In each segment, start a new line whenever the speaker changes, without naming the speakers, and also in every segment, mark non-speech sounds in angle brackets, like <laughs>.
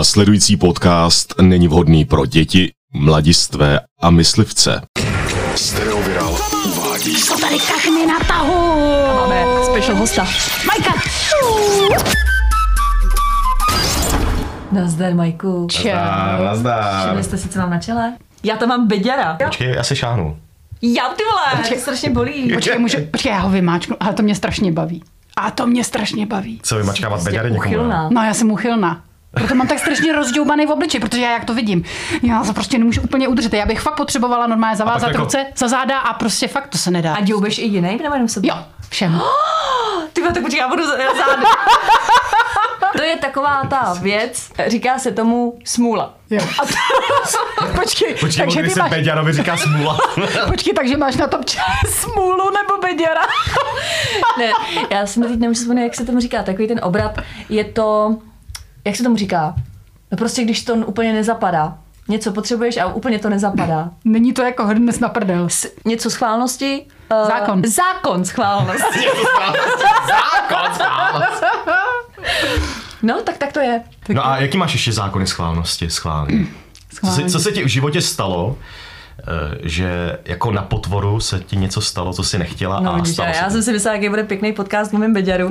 Následující podcast není vhodný pro děti, mladistvé a myslivce.
Stereoviral uvádí
To tady kachny na tahu.
Máme special hosta.
Majka.
Nazdar, Majku.
Nazdar, nazdar.
Všimli jste si, co mám na čele? Já to mám beděra.
Počkej, já se šáhnu.
Já ty vole, to strašně bolí.
Počkej,
Můžu, počkej, já ho vymáčknu, ale to mě strašně baví. A to mě strašně baví.
Co vymačkávat beďary někomu? jo?
Uchylná.
No, já jsem uchylná. Proto mám tak strašně rozdoubaný v obličeji, protože já jak to vidím, já to prostě nemůžu úplně udržet. Já bych fakt potřebovala normálně zavázat
jako-
jako... ruce, za záda a prostě fakt to se nedá.
A děubeš i jiný, nebo jenom sobě?
Jo, všem.
Ty vole, tak počkej, já budu za- já zády. To je taková ta věc, říká se tomu smůla.
Jo.
<laughs> Počkej,
Počkej,
Takže
když
ty
se
máš-
<laughs>
Beďarovi říká smůla.
Počkej, takže máš na tom čas.
smůlu nebo beděra? ne, já jsem teď nemůžu vzpomínat, jak se tomu říká. Takový ten obrat je to, jak se tomu říká? No prostě, když to úplně nezapadá. Něco potřebuješ a úplně to nezapadá.
Není to jako hrnes na prdel.
S- něco schválnosti. eh,
Zákon.
Zákon schválnosti. No, tak tak to je.
No a jaký máš ještě zákony schválnosti? Schválně. Co se,
Schválně.
co se ti v životě stalo, eh, že jako na potvoru se ti něco stalo, co jsi nechtěla
No,
a
vidíš,
stalo
a
se
já
to?
jsem si myslela, jaký bude pěkný podcast v mém beďaru.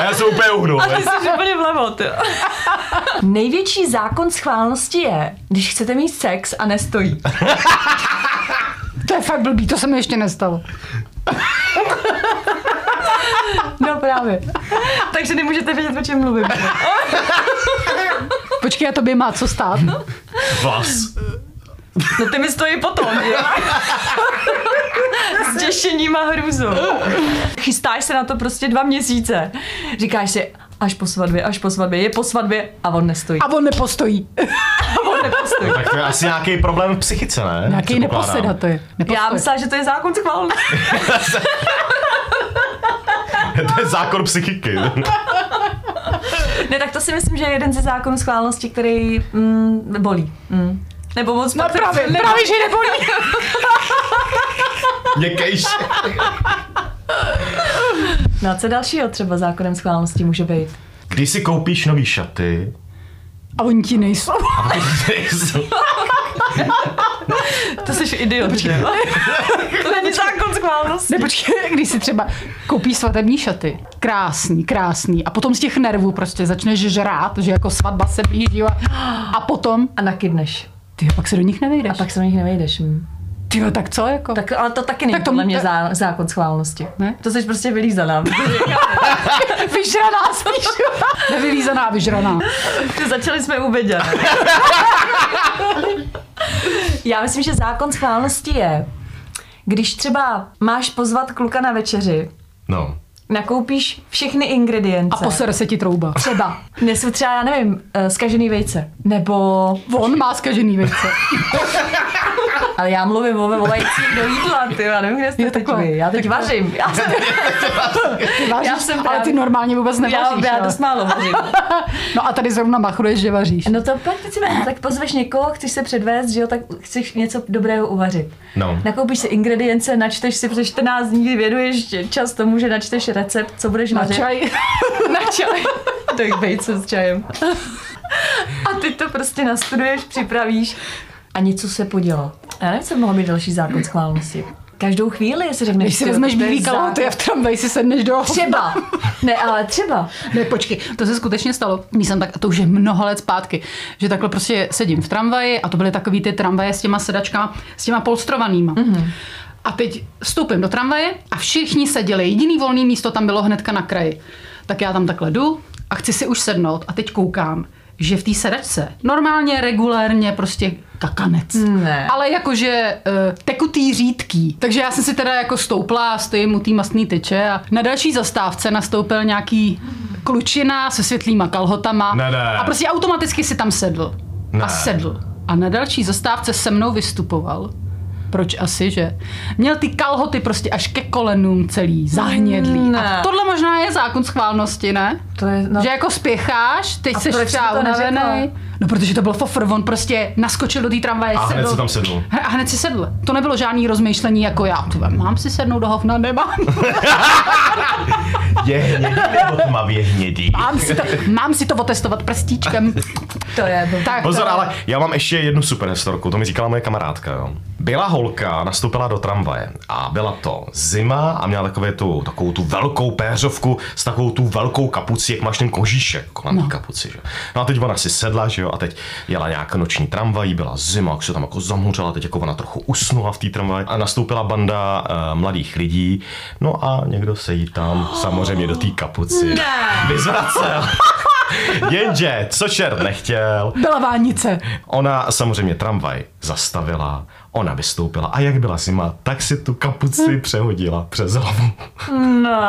A já se úplně
<laughs>
uhnul.
A ty jsi úplně vlevo, ty. Největší zákon schválnosti je, když chcete mít sex a nestojí.
To je fakt blbý, to se mi ještě nestalo.
No právě. Takže nemůžete vědět, o čem mluvím.
Počkej, já tobě má co stát.
Vás.
No ty mi stojí potom, jo? S těšením a hrůzou. Chystáš se na to prostě dva měsíce. Říkáš si, až po svatbě, až po svatbě, je po svatbě a on nestojí.
A on nepostojí.
A on nepostojí.
eh, Tak to je asi nějaký problém v psychice, ne?
Nějaký
Předpokládám.
neposeda to je.
Já
Nepostoj.
myslela, že to je zákon schválnosti.
<laughs> to je zákon psychiky.
Ne, tak to si myslím, že je jeden ze zákonů schválnosti, který mm, bolí. Mm. Nebo moc
No právě, právě, že nebolí.
Měkejší.
No a co dalšího třeba zákonem schválnosti může být?
Když si koupíš nový šaty, <laughs>
A oni ti nejsou. <laughs>
To jsi idiot, že? <laughs> To není zákon schválnosti.
Ne, počkej, když si třeba koupíš svatební šaty, krásný, krásný, a potom z těch nervů prostě začneš žrát, že jako svatba se blíží a, a potom,
A nakydneš.
ty pak se do nich nevejdeš.
A pak se do nich nevejdeš. Mm.
ty jo, tak co jako?
Tak, ale to taky není tak
Tak to-
podle mě zá, zákon schválnosti.
Ne?
To jsi prostě <laughs> vylízaná.
<laughs> vyžraná spíš.
<laughs>
Nevylízaná, vyžraná.
Že Začali jsme u Beďa. <laughs> Já myslím, že zákon schválnosti je, když třeba máš pozvat kluka na večeři,
No.
nakoupíš všechny ingredience.
A posere se ti trouba.
Třeba. Nesu třeba, já nevím, eh, zkažený vejce. Nebo...
On má skažený vejce.
Ale já mluvím o, o vejcích do jídla, ty, já nevím, kde jste
Jo,
teď
takhle.
vy. Já teď
Takhle.
vařím. Já, jsem,
Ty vážíš,
Já jsem
ale
právě-
ty normálně vůbec
já,
nevaříš.
já
ale-
dost málo vařím.
No a tady zrovna machruješ, že vaříš.
<laughs> No to pak teď si vezmu, tak pozveš někoho, chceš se předvést, že jo, tak chceš něco dobrého uvařit.
No.
Nakoupíš si ingredience, načteš si přes 14 dní, věnuješ čas tomu, že načteš recept, co budeš
Na
vařit.
čaj.
<laughs> Na čaj. To je vejce s čajem. A ty to prostě nastuduješ, připravíš a něco se podělo. Já nevím, co by mohl být další zákon schválnosti. Každou chvíli si řekneš,
Když si
"Tyjo,
vezmeš
to je
bílý kalhoty a
zákon."
v tramvaji si sedneš do
Třeba. Ne, ale třeba.
Ne, počkej, to se skutečně stalo. Když jsem tak, a to už je mnoho let zpátky, že takhle prostě sedím v tramvaji a to byly takový ty tramvaje s těma sedačkama, s těma polstrovanýma. Mm-hmm. A teď vstoupím do tramvaje a všichni seděli. Jediný volný místo tam bylo hnedka na kraji. Tak já tam takhle jdu a chci si už sednout a teď koukám, že v té sedačce normálně, regulérně prostě kakanec.
Ne.
Ale jakože uh, tekutý řídký. Takže já jsem si teda jako stoupla a stojím u té mastné tyče a na další zastávce nastoupil nějaký klučina se světlýma kalhotama.
Ne, ne.
A prostě automaticky si tam sedl.
Ne.
A sedl. A na další zastávce se mnou vystupoval. Proč asi, že? Měl ty kalhoty prostě až ke kolenům celý, zahnědlý.
Ne.
A tohle možná je zákon schválnosti, ne?
To je, no,
No. Že jako spěcháš, teď
A
seš
proč jsi
třeba
to neřekla?
unavený. No protože to byl fofr, on prostě naskočil do té tramvaje,
A hned si tam sednul.
A hned si sedl. To nebylo žádný rozmýšlení jako já. Tyve, mám si sednout do hovna? Nemám.
<laughs> Je hnědý nebo tmavě hnědý?
Mám si to, mám si to otestovat prstíčkem.
To je blbý.
Tak,
Pozor,
to-
ale já mám ještě jednu super historku, to mi říkala moje kamarádka. Jo. Byla holka, nastoupila do tramvaje a byla to zima a měla takové tu, takovou tu velkou péřovku s takovou tu velkou kapucí, jak máš ten kožíšek kolem no. kapuci. Že? No a teď ona si sedla, že jo, a teď jela nějaká noční tramvají, byla zima, jak se tam jako zamhořela, teď jako ona trochu usnula v té tramvaji a nastoupila banda uh, mladých lidí, no a někdo se jí tam samozřejmě do té kapuci vyzvracel. <laughs> Jenže, co čert nechtěl,
Byla vánice.
Ona samozřejmě tramvaj zastavila, ona vystoupila a jak byla zima, tak si tu kapuci přehodila přes hlavu.
No,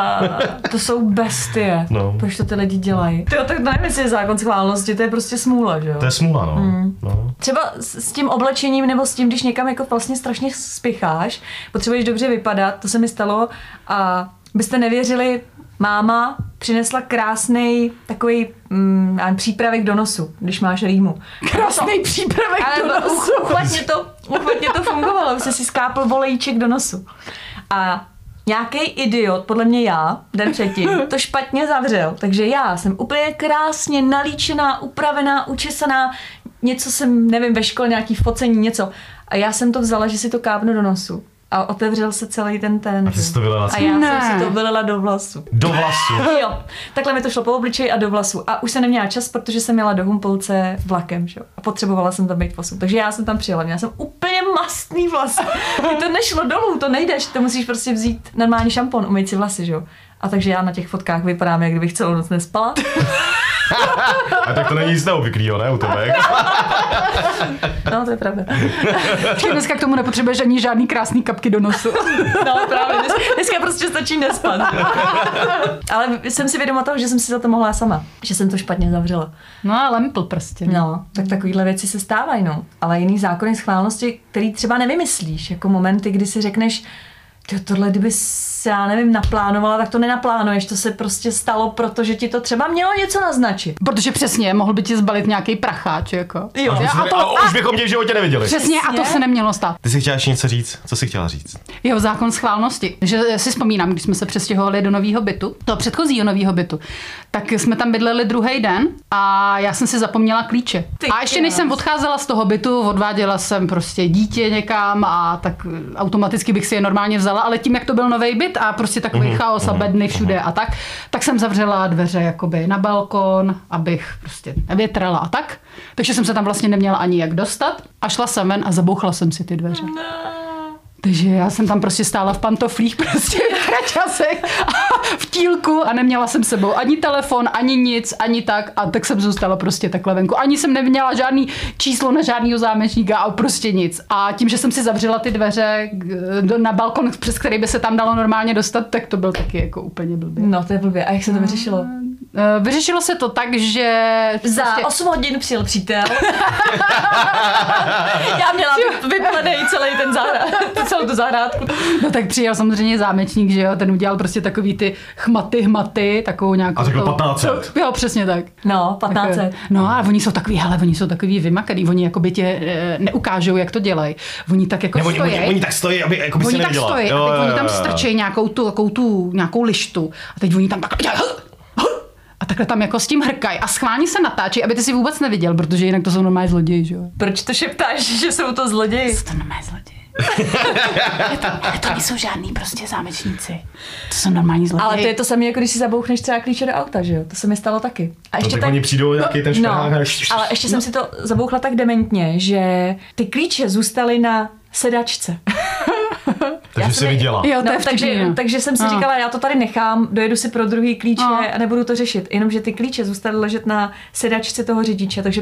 to jsou bestie.
No.
Proč to ty lidi dělají? Ty, tak nevím, jestli je zákon schválnosti, to je prostě smůla, že jo?
To je smůla, no. no.
Třeba s s tím oblečením nebo s tím, když někam jako vlastně strašně spěcháš, potřebuješ dobře vypadat, to se mi stalo a byste nevěřili, máma přinesla krásný takový mm, já nevím, přípravek do nosu, když máš rýmu.
Krásný přípravek do
Ale
nosu. <laughs>
u- uchvatně to, uchvatně to fungovalo, jsi si skápl volejček do nosu. A nějaký idiot, podle mě já, den předtím, to špatně zavřel. Takže já jsem úplně krásně nalíčená, upravená, učesaná, něco jsem, nevím, ve škole, nějaký focení, něco. A já jsem to vzala, že si to kápnu do nosu. A otevřel se celý ten ten.
A ty jsi to vylila
A
si-
já
Ne.
jsem si to vylila do vlasu.
Do vlasu.
<laughs> Jo, takhle mi to šlo po obličeji a do vlasů. A už jsem neměla čas, protože jsem jela do Humpolce vlakem, že jo. A potřebovala jsem tam být 8. Takže já jsem tam přijela, měla jsem úplně mastný vlas. Mně to nešlo dolů, to nejdeš, to musíš prostě vzít normální šampon, umýt si vlasy, že jo. A takže já na těch fotkách vypadám, jak kdybych celou noc nespala.
A tak to není nic neobvyklého, ne, u tebe? jako?
No, to je pravda.
Počkej, dneska k tomu nepotřebuješ ani žádný krásný kapky do nosu.
No, právě. dnes- Dneska prostě stačí nespat. Ale jsem si vědoma toho, že jsem si za to mohla sama. Že jsem to špatně zavřela.
No a lempl prostě.
No, tak takovéhle věci se stávají, no. Ale jiný zákony schválnosti, který třeba nevymyslíš, jako momenty, kdy si řekneš, "Tyjo, tohle kdyby se, já nevím, naplánovala, tak to nenaplánuješ, to se prostě stalo, protože ti to třeba mělo něco naznačit.
Protože přesně, mohl by ti zbalit nějaký pracháč, jako.
Jo.
Už
A
bychom-
to,
A už bychom tě v životě neviděli.
přesně, a to
Přesně.
se nemělo stát.
Ty si chtěla ještě něco říct? Co jsi chtěla říct?
Jeho zákon schválnosti. Že si vzpomínám, když jsme se přestěhovali do nového bytu, toho předchozího nového bytu, tak jsme tam bydleli druhý den a já jsem si zapomněla klíče.
Ty
a ještě než
krás.
jsem odcházela z toho bytu, odváděla jsem prostě dítě někam a tak eh, automaticky bych si je normálně vzala, ale tím, jak to byl nový byt a prostě takový chaos a bedny všude a tak, tak jsem zavřela dveře jakoby na balkon, abych prostě nevětrala a tak. Takže jsem se tam vlastně neměla ani jak dostat a šla jsem ven a zabouchla jsem si ty dveře. Takže já jsem tam prostě stála v pantoflích, <laughs> prostě v kraťasech a v tílku a neměla jsem s sebou ani telefon, ani nic, ani tak a tak jsem zůstala prostě takhle venku. Ani jsem neměla žádný číslo na žádného zámečníka a prostě nic. A tím, že jsem si zavřela ty dveře k- do- na balkon, přes který by se tam dalo normálně dostat, tak to byl taky jako úplně blbě.
No, to je blbě. A jak se to vyřešilo?
Eh, Vyřešilo se to tak, že...
Mm, Za
prostě-
8 hodin přijel přítel. já měla vy- vyplenej celý ten zahrad, celou tu zahrádku.
<laughs> No tak přijel samozřejmě zámečník, že jo, ten udělal prostě takový ty chmaty, hmaty, takovou nějakou...
A řekl
to-
1500.
Jo, přesně tak.
No,
Tak,
15.
No a oni jsou takový, hele, oni jsou takový vymakaný, oni jako by tě e, neukážou, jak to dělají. Oni tak jako
Ne, oni,
stojí.
oni, oni, tak stojí, aby jako by si
Oni tak
neviděla.
stojí
Jo,
a
jo,
teď oni
jo,
tam
jo.
strčejí nějakou tu, takovou tu, nějakou lištu a teď oni tam takhle dělají, "Huh, huh", a takhle tam jako s tím hrkají a schválně se natáčí, aby ty si vůbec neviděl, protože jinak to jsou normální zloději, že jo?
Proč to šeptáš, že jsou to zloději?
To normální <laughs> zloději. ale, to, ale to nejsou žádný prostě zámečníci. To jsou normální
No.
zloději.
Ale to je to samé, jako když si zabouchneš třeba klíče do auta, že jo? To se mi stalo taky. A
No, tak oni přijdou, nějaký ten No. šperhák a ještě-
ale ještě jsem si to zabouchla tak dementně, že ty klíče zůstaly na sedačce.
Takže
Já
jsi
jsem-
viděla.
Jo, to
No,
je vtipný,
takže,
no.
takže jsem si
No.
říkala, já to tady nechám, dojedu si pro druhý klíče
No.
a nebudu to řešit. Jenomže ty klíče zůstaly ležet na sedačce toho řidiče, takže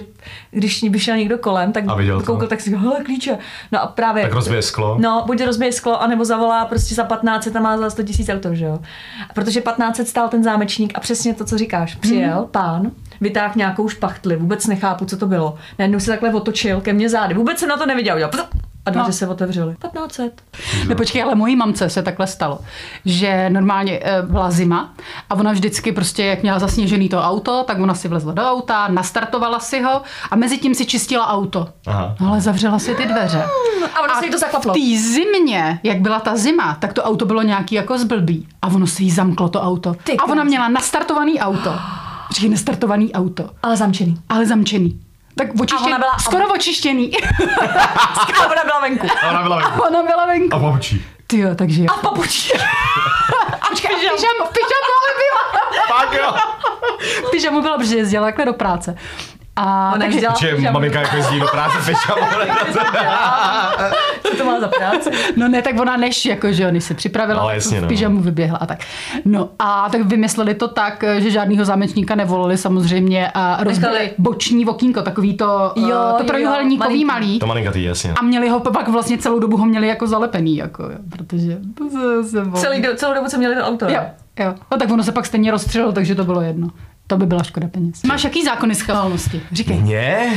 když by šel někdo kolem, tak
A viděl to.
koukal, tak si říkal, hele, klíče. No a právě...
Tak rozbije sklo.
No, buď rozbije sklo, anebo zavolá prostě za 15 a má za 100 tisíc auto, že jo. A Protože 15 stál ten zámečník a přesně to, co říkáš.
Mhm.
Přijel pán, vytáhl nějakou špachtli, vůbec nechápu, co to bylo. Najednou se takhle otočil ke mně zády, vůbec jsem na to neviděl. Udělal, pzz, A dveře
No.
no. se otevřely. 1500.
Ne, počkej, ale mojí mamce se takhle stalo, že normálně eh, byla zima a ona vždycky prostě, jak měla zasněžený to auto, tak ona si vlezla do auta, nastartovala si ho a mezi tím si čistila auto.
Aha.
No, ale zavřela si ty dveře.
A ono se jí to zaklaplo.
v té zimě, jak byla ta zima, tak to auto bylo nějaký jako zblbý a ono se jí zamklo to auto.
Ty
a ona
krásno.
měla nastartovaný auto. Říkají nastartovaný auto,
Ale zamčený.
ale zamčený. Tak očištěný,
ona byla-
skoro očištěný. <laughs>
A ona byla venku.
A ona byla venku.
A ona byla venku.
A mamčí.
Ty jo, takže já.
<laughs> A <laughs> papuč.
A počkej, v pyžamu, v pyžamu ale byla.
Tak jo.
V pyžamu byla, protože jezdila takhle do práce. A
Ona
takže,
jezdila v
Že
pyžamu.
maminka jako jezdí do práce pešamo.
<laughs> Co to má za práci?
no ne, tak ona než, jako, že oni se připravila,
Ale
tak
jasně,
v
no.
pyžamu vyběhla a tak. No a tak vymysleli to tak, že žádného zámečníka nevolili samozřejmě a rozbili
Nechali-
boční okýnko, takový to,
Jo,
jo, to
jo,
trojuhelníkový
malinký.
malý.
To maminka ty, jasně.
A měli ho pak vlastně celou dobu ho měli jako zalepený, jako, jo, protože to se, se volí.
<laughs> Celý, do- celou dobu, co měli to auto.
Jo, jo. No tak ono se pak stejně rozstřelilo, takže to bylo jedno. To by byla škoda peněz. Máš jaký zákony schválnosti? Říkej.
Mně?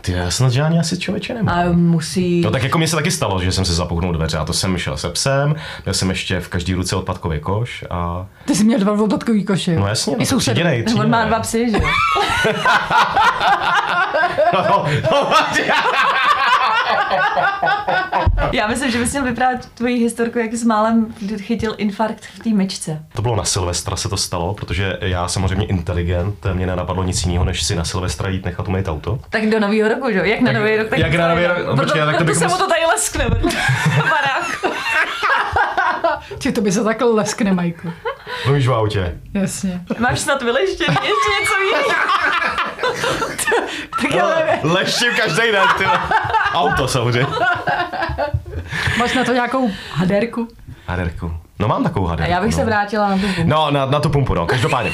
Ty já snad žádný asi člověče nemám.
A musí...
No tak jako mně se taky stalo, že jsem si zapuchnul dveře a to jsem šel se psem, měl jsem ještě v každý ruce odpadkový koš a
Ty jsi měl dva odpadkový koše, jo?
no jasně,
I
no,
sousedů.
tříděnej, tříděnej.
On má dva psy, že <laughs> jo?
No, no,
Já myslím, že bys měl vyprávět tvoji historku, jak jsi málem chytil infarkt v té myčce.
To bylo na Silvestra se to stalo, protože já samozřejmě inteligent, mě nenapadlo nic jiného, než si na Silvestra jít nechat umýt auto.
Tak do nového roku, že jo? Jak na nový rok? Tak
jak na nový rok? No,
Proto,
Počkej, tak to
proto
bych
se mu
mus-
to tady leskne. <laughs> Barák.
Ty to by se takhle leskne, Majku.
Mluvíš v autě.
Jasně.
Máš snad vyleštěný ještě něco jiného.
Tak ale
Leštím každý den, ty. vole. Auto samozřejmě.
máš na to nějakou haderku?
Haderku. No mám takovou
A
haderku.
já bych
no.
se vrátila na tu
No, na, na tu pumpu, no, každopádně.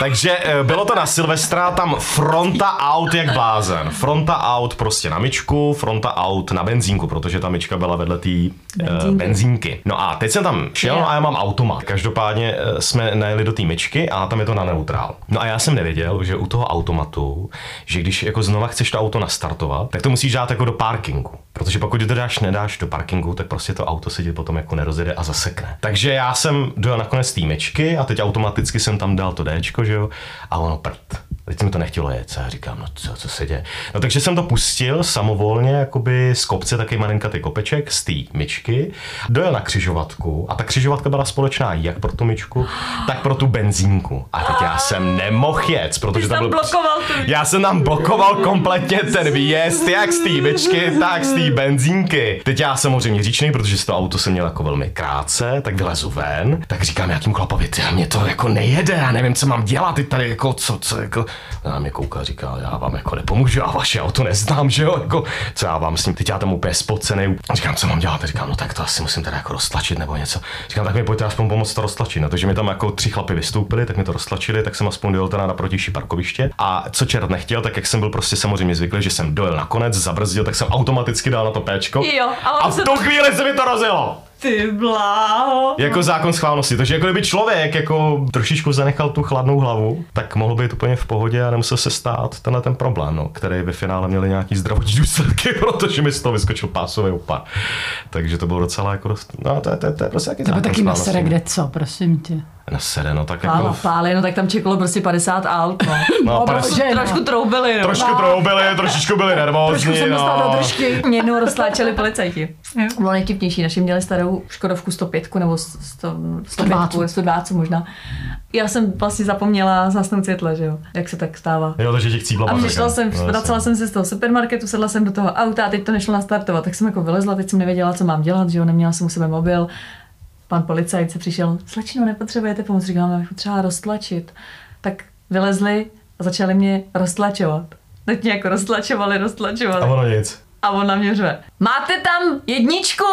Takže eh, bylo to na Silvestra, tam fronta aut jak blázen. Fronta aut prostě na myčku, fronta aut na benzínku, protože ta myčka byla vedle té benzínky.
Benzínky.
benzínky. No a teď jsem tam šel no a já mám automat. Každopádně eh, jsme najeli do té myčky a tam je to na neutrál. No a já jsem nevěděl, že u toho automatu, že když jako znova chceš to auto nastartovat, tak to musíš dát jako do parkingu. Protože pokud to dáš, nedáš do parkingu, tak prostě to auto se ti potom jako nerozjede a zasekne. Takže já jsem dojel nakonec té myčky a teď automaticky jsem tam dal to Dčko, že jo, a ono prd. Teď mi to nechtělo jet, a já říkám, no co, co se děje. No takže jsem to pustil samovolně, jakoby z kopce, taky malinka ty kopeček, z té myčky, dojel na křižovatku a ta křižovatka byla společná jak pro tu myčku, tak pro tu benzínku. A teď já jsem nemohl jet, protože
Ty jsi tam
byl-
blokoval tu myčku.
Já jsem tam blokoval kompletně ten výjezd, jak z té myčky, tak z té benzínky. Teď já samozřejmě říčnej, protože si to auto jsem měl jako velmi krátce, tak vylezu ven, tak říkám nějakým chlapovi, ty mě to jako nejede, já nevím, co mám dělat, ty tady jako co, co jako. A na mě kouká, říká, já vám jako nepomůžu, a vaše auto neznám, že jo, jako, co já vám s ním, teď já tam úplně spocený. Říkám, co mám dělat, říkám, no tak to asi musím teda jako roztlačit nebo něco. Říkám, tak mi pojďte aspoň pomoct to roztlačit. No, takže mi tam jako tři chlapy vystoupili, tak mi to roztlačili, tak jsem aspoň dojel teda na protější parkoviště. A co čert nechtěl, tak jak jsem byl prostě samozřejmě zvyklý, že jsem dojel nakonec, zabrzdil, tak jsem automaticky dal na to péčko.
Jo,
a,
a ono
v
se
tu
to-
chvíli se mi to rozjelo.
Ty bláho.
Jako zákon schválnosti. Takže jako kdyby člověk jako trošičku zanechal tu chladnou hlavu, tak mohl být úplně v pohodě a nemusel se stát tenhle ten problém, no, který ve finále měli nějaký zdravotní důsledky, <laughs> protože mi z toho vyskočil pásový opar. Takže to bylo docela jako dost... No, to, je- to, je- to je prostě jaký
To
zákon
by taky
schválnosti.
nasere kde co, prosím tě.
Nasere, no tak
Pála,
jako...
pále, no tak tam čekalo prostě 50 aut, <laughs> no.
No, pane,
bože. Žena.
Trošku troubili, no.
trošku troubili, trošičku byli nervózní,
Trošku jsem dostala do
no.
držky.
Mě jednou roztláčeli policajti. Bylo nejtipnější, naši měli starou Škodovku 105 nebo 100, 105, 102 možná. Já jsem vlastně zapomněla zhasnout světla, že jo, jak se tak stává.
Jo, takže ti chcípla
A
paprika.
přišla jsem,
No, jasně.
vracela jsem se z toho supermarketu, sedla jsem do toho auta a teď to nešlo nastartovat, tak jsem jako vylezla, teď jsem nevěděla, co mám dělat, že jo, neměla jsem u sebe mobil. Pan policajt se přišel, slečno, nepotřebujete pomoc, říkám, já bych potřeba roztlačit. Tak vylezli a začali mě roztlačovat. Teď mě jako roztlačovali, roztlačovali.
A ono nic. <laughs>
A on na mě řve, máte tam jedničku?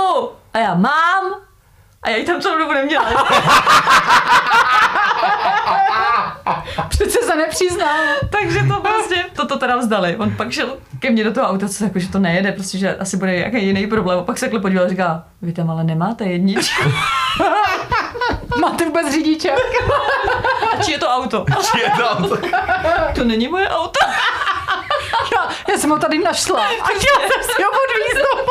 A já mám. A já ji tam celou dobu neměla.
Přece se nepřiznám.
Takže to prostě, toto teda vzdali. On pak šel ke mně do toho auta, co jako, že to nejede, prostě, že asi bude nějaký jiný problém. A pak se takhle podíval a říká, vy tam ale nemáte jedničku. <laughs>
Máte vůbec řidiče?
A či je to auto?
Či je tam to-
To není moje auto.
No, Já, já jsem ho tady našla. A chtěla jsem si ho odvízt domů.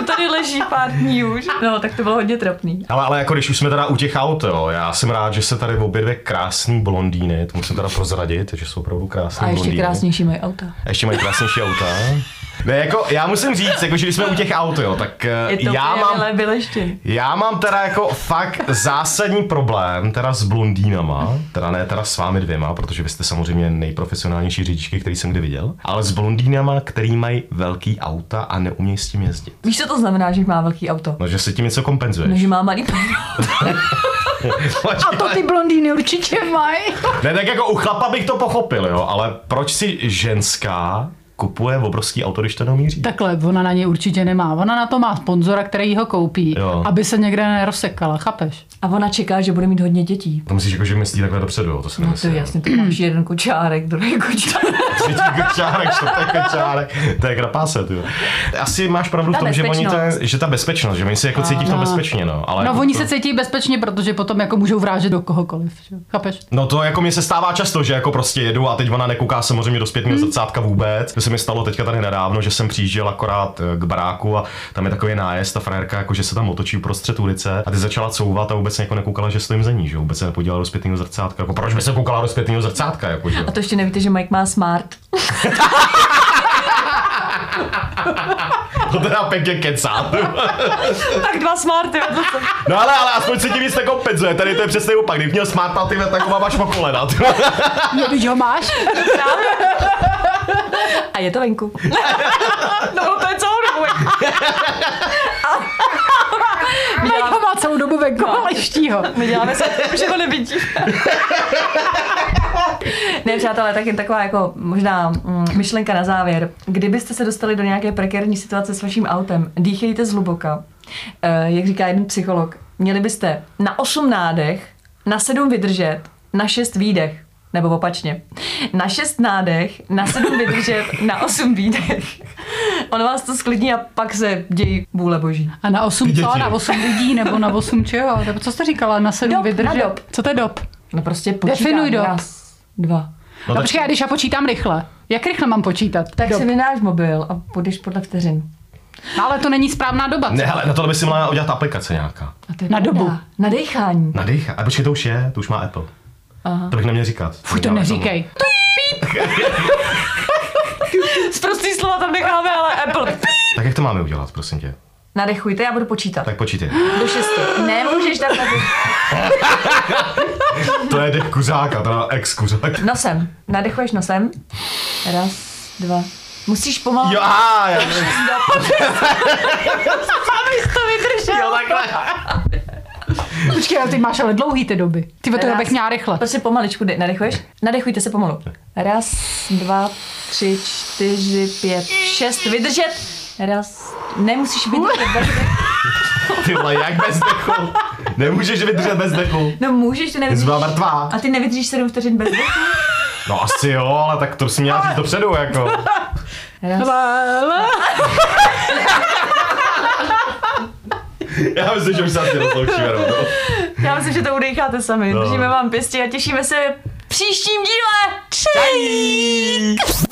To tady leží pár dní už. No, tak to bylo hodně trapný.
Ale, ale jako když už jsme teda u těch aut, jo, já jsem rád, že se tady obě dvě krásné blondýny, to musím teda prozradit, že jsou opravdu krásné
A ještě
blondýny.
krásnější mají auta.
A ještě mají krásnější auta. Ne, jako já musím říct, jako, že když jsme u těch aut, jo, tak eh,
Je to
já mám...
Běleště.
Já mám teda jako fakt zásadní problém teda s blondýnama, teda ne teda s vámi dvěma, protože vy jste samozřejmě nejprofesionálnější řidičky, který jsem kdy viděl, ale s blondýnama, který mají velký auta a neumějí s tím jezdit.
Víš, co to znamená, že má velký auto?
No, že se tím něco kompenzuješ.
No, že má malý péro.
To ty blondýny určitě mají.
Ne, tak jako u chlapa bych to pochopil, jo, ale proč si ženská kupuje obrovský auto, když to neumí řídit?
Takhle, ona na něj určitě nemá. Ona na to má sponzora, který ho koupí,
Jo.
aby se někde nerozsekala, chápeš?
A ona čeká, že bude mít hodně dětí.
To myslíš, jako, že myslí takhle dopředu, jo, to si
No to
nemyslím.
je
<laughs>
jasně, to máš jeden kočárek, druhý kočárek.
Třetí kočárek, čtvrtý kočárek, jako to je krapáse, ty. jo. Asi máš pravdu v
Ta
tom, že, oni to,
bezpečnost.
že ta bezpečnost, že oni se jako cítí v tom bezpečně, no. Ale
No,
jako
oni
to,
se cítí bezpečně, protože potom jako můžou vrážet do kohokoliv, že? jo? chápeš?
No to jako mě se stává často, že jako prostě jedu a teď ona nekouká samozřejmě do zpětného
Hmm.
zrcátka vůbec. To se mi stalo teďka tady nedávno, že jsem přijížděl akorát eh, k baráku a tam je takový nájezd, ta frajerka jako že se tam otočí uprostřed ulice a ty začala couvat a vůbec jako nekoukala, že stojím za ní, že vůbec se nepodívala do zpětného zrcátka. Jako proč by se koukala do zpětného zrcátka,
<laughs>
jako že? jo?
A to ještě nevíte, že Mike má smart. <laughs>
To teda pěkně kecá.
Tak dva smarty.
No ale, ale aspoň se ti nic nekompenzuje, tady to je přesně opak, kdyby měl smarta, ty tak ho máš po kolena. ty.
No, když ho máš,
A je to <laughs> venku. No to je celou dobu.
Mike ho má celou dobu venku, ale ští ho.
My děláme se, že ho nevidí. <laughs> ne, přátelé, tak jen taková jako možná mm, myšlenka na závěr. Kdybyste se dostali do nějaké prekérní situace s vaším autem, dýchejte zhluboka. Eh, jak říká jeden psycholog, měli byste na 8 nádech, na 7 vydržet, na 6 výdech. Nebo opačně. Na 6 nádech, na 7 <laughs> vydržet, na 8 výdech. Ono vás to sklidní a pak se dějí vůle boží.
A na 8
Děti.
co? Na 8 lidí nebo na 8 čeho? Nebo co jste říkala? Na 7
Dob, na
vydržet?
dob.
Co to je dob?
No prostě počítám.
Definuj dob.
Raz, dva,
No
No,
tak-
no počkej, a když já počítám rychle. Jak rychle mám počítat?
Tak
dob.
si vynáš mobil a půjdeš podle vteřin.
No, ale to není správná doba. co?
Ne, ale na tohle by si měla udělat aplikace nějaká.
A to je
Na
pravda.
dobu.
Na <laughs> dechání.
Na dech? A počkej, to už je, to už má Apple. Aha. To bych neměl říkat.
Fuj, to neříkej.
Z prostý slova tam necháme, ale Apple.
Tak jak to máme udělat, prosím tě?
Nadechujte, já budu počítat.
Tak počítej.
Do šesti. Nemůžeš tak
To je dech kuřáka, teda ex kuřák.
Nosem. Nadechuješ nosem. Raz, dva. Musíš pomalu.
Jo, aha, já
vydržel.
takhle.
Počkej, ale ty máš ale dlouhý ty doby. Ty ve to já
Raz.
bych měla rychle.
Prostě pomaličku de- nadechuješ. Nadechujte se pomalu. Raz, dva, tři, čtyři, pět, šest. Vydržet. Raz. Nemusíš vydržet. <laughs> bez dechu.
Ty vole, jak bez dechu? Nemůžeš vydržet bez dechu.
No můžeš, ty
Jsi
nevydržíš.
byla mrtvá.
A ty nevydržíš sedm vteřin bez
<laughs>
dechu.
No asi jo, ale tak to si měla říct dopředu, jako.
Raz,
Já myslím, že už se asi rozloučíme rovnou.
Já myslím, že to udecháte sami.
No.
Držíme vám pěstě a těšíme se příštím díle. Čau!